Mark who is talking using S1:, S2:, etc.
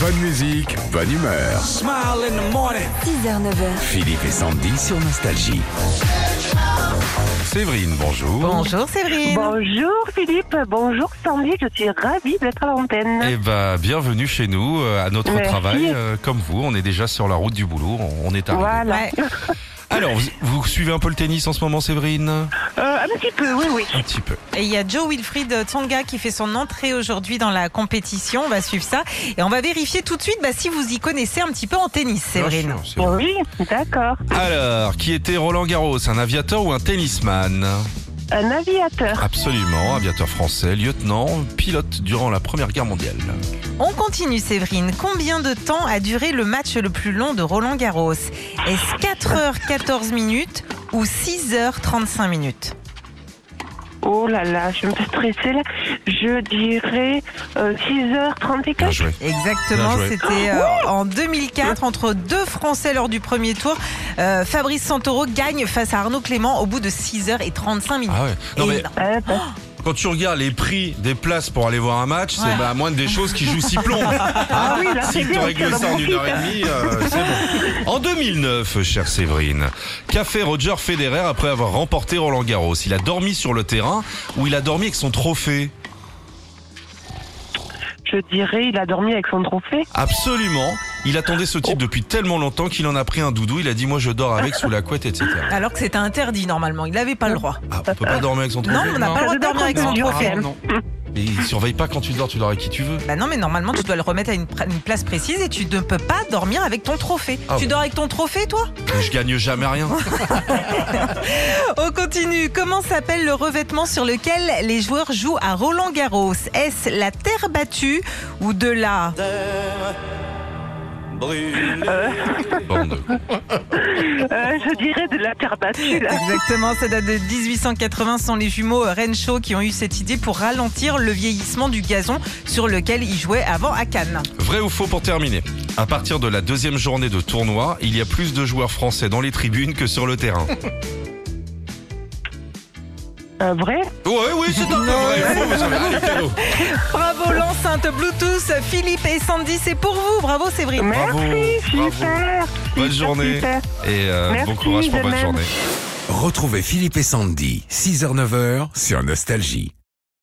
S1: Bonne musique, bonne humeur.
S2: 6h, 9h.
S1: Philippe et Sandy sur Nostalgie. Séverine, bonjour.
S2: Bonjour Séverine.
S3: Bonjour Philippe, bonjour Sandy, je suis ravie d'être à l'antenne.
S1: Eh ben, bienvenue chez nous, euh, à notre
S3: Merci.
S1: travail. Euh, comme vous, on est déjà sur la route du boulot, on on est arrivé.
S3: Voilà.
S2: Ouais.
S1: Alors, vous, vous suivez un peu le tennis en ce moment, Séverine
S3: Euh, un petit peu, oui, oui.
S1: Un petit peu.
S2: Et il y a Joe Wilfried Tsonga qui fait son entrée aujourd'hui dans la compétition. On va suivre ça. Et on va vérifier tout de suite bah, si vous y connaissez un petit peu en tennis, Séverine.
S1: Bien sûr, Séverine.
S3: Oui, d'accord.
S1: Alors, qui était Roland Garros Un aviateur ou un tennisman
S3: Un aviateur.
S1: Absolument, aviateur français, lieutenant, pilote durant la Première Guerre mondiale.
S2: On continue, Séverine. Combien de temps a duré le match le plus long de Roland Garros Est-ce 4h14 minutes ou 6h35 minutes
S3: Oh là là, je me fais stresser là. Je dirais euh, 6h34.
S1: Bien joué.
S2: Exactement,
S1: Bien joué. Ah,
S2: c'était euh, en 2004 entre deux Français lors du premier tour. Euh, Fabrice Santoro gagne face à Arnaud Clément au bout de 6h35 minutes.
S1: Ah ouais. Non, mais
S2: Énorme.
S3: Eh ben,
S1: quand tu regardes les prix des places pour aller voir un match,
S2: Ouais.
S1: c'est bah, moindre des choses qui jouent six plombs.
S3: Ah oui, là, c'est
S1: S'ils te
S3: bien,
S1: règlent
S3: ça
S1: ça en
S3: m'en
S1: une heure et demie, euh, c'est bon. En 2009, chère Séverine, qu'a fait Roger Federer après avoir remporté Roland Garros Il a dormi sur le terrain ou il a dormi avec son trophée
S3: je dirais, il a dormi avec son trophée.
S1: Absolument. Il attendait ce type depuis tellement longtemps qu'il en a pris un doudou. Il a dit Moi, je dors avec sous la couette, etc.
S2: Alors que c'était interdit normalement, il n'avait pas le droit.
S1: Ah, on peut pas dormir avec son trophée
S2: Non, on n'a pas le droit de dormir avec son
S3: Non,
S2: trophée.
S3: non,
S1: Mais il surveille pas quand tu dors, tu dors avec qui tu veux.
S2: Bah non, mais normalement, tu dois le remettre à une, pra- une place précise et tu ne peux pas dormir avec ton trophée.
S1: Ah
S2: tu
S1: bon.
S2: dors avec ton trophée, toi
S1: Je gagne jamais rien.
S2: On Oh, continue. Comment s'appelle le revêtement sur lequel les joueurs jouent à Roland Garros Est-ce la terre battue ou de la
S1: Bande.
S3: Euh, je dirais de la terre battue là.
S2: Exactement, ça date de 1880. Ce sont les jumeaux Renshaw qui ont eu cette idée pour ralentir le vieillissement du gazon sur lequel ils jouaient avant à Cannes.
S1: Vrai ou faux pour terminer À partir de la deuxième journée de tournoi, il y a plus de joueurs français dans les tribunes que sur le terrain.
S3: Euh, vrai
S1: Ouais, oui, c'est un peu vrai. Faux, vous savez. Allez, cadeau.
S2: Bravo l'enceinte Bluetooth, Philippe et Sandy, c'est pour vous. Bravo Séverine.
S1: Bravo,
S3: Merci,
S1: bravo.
S3: super.
S1: Bonne
S3: super,
S1: journée.
S3: super.
S1: Et euh,
S3: Merci,
S1: bon courage pour
S3: de
S1: votre
S3: même.
S1: journée.
S4: Retrouvez Philippe et Sandy, 6h-9h sur Nostalgie.